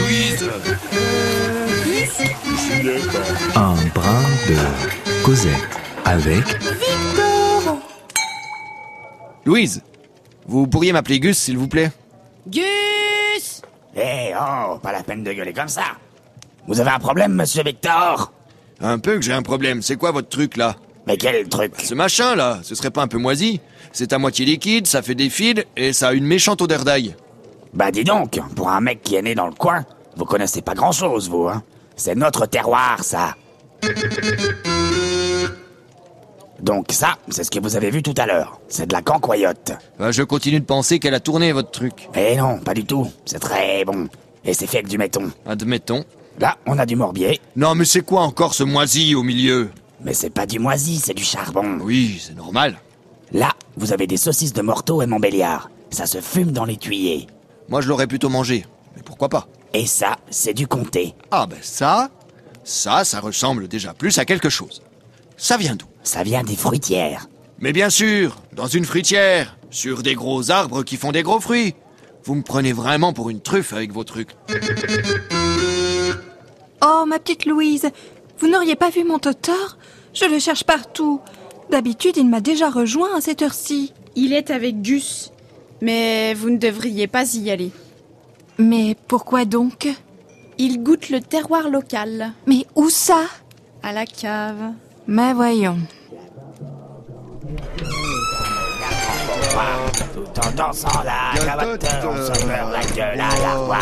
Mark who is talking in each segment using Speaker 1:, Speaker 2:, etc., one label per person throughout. Speaker 1: Louise,
Speaker 2: Un brin de Cosette avec
Speaker 3: Louise, vous pourriez m'appeler Gus, s'il vous plaît
Speaker 4: Gus
Speaker 1: Eh oh, pas la peine de gueuler comme ça. Vous avez un problème, monsieur Victor
Speaker 3: Un peu que j'ai un problème, c'est quoi votre truc là
Speaker 1: Mais quel truc
Speaker 3: Ce machin là, ce serait pas un peu moisi C'est à moitié liquide, ça fait des fils et ça a une méchante odeur d'ail.
Speaker 1: Bah dis donc, pour un mec qui est né dans le coin, vous connaissez pas grand-chose, vous, hein C'est notre terroir, ça. Donc ça, c'est ce que vous avez vu tout à l'heure. C'est de la cancoyote.
Speaker 3: Euh, je continue de penser qu'elle a tourné votre truc.
Speaker 1: Eh non, pas du tout. C'est très bon. Et c'est fait avec du méton.
Speaker 3: Admettons.
Speaker 1: Là, on a du morbier,
Speaker 3: Non mais c'est quoi encore ce moisi au milieu
Speaker 1: mais c'est pas du moisi, c'est du charbon.
Speaker 3: Oui, c'est normal.
Speaker 1: Là, vous avez des saucisses de morteau et montbéliard. Ça se fume dans l'étrier.
Speaker 3: Moi je l'aurais plutôt mangé. Mais pourquoi pas
Speaker 1: Et ça, c'est du comté.
Speaker 3: Ah ben ça, ça, ça ressemble déjà plus à quelque chose. Ça vient d'où
Speaker 1: Ça vient des fruitières.
Speaker 3: Mais bien sûr, dans une fruitière, sur des gros arbres qui font des gros fruits. Vous me prenez vraiment pour une truffe avec vos trucs.
Speaker 4: Oh, ma petite Louise, vous n'auriez pas vu mon totor Je le cherche partout. D'habitude, il m'a déjà rejoint à cette heure-ci.
Speaker 5: Il est avec Gus, mais vous ne devriez pas y aller.
Speaker 4: Mais pourquoi donc
Speaker 5: Il goûte le terroir local,
Speaker 4: Mais où ça
Speaker 5: à la cave.
Speaker 4: Mais voyons.
Speaker 1: Tout en dansant la cravate, on se beurre la gueule à la voix.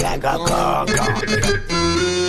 Speaker 1: La coco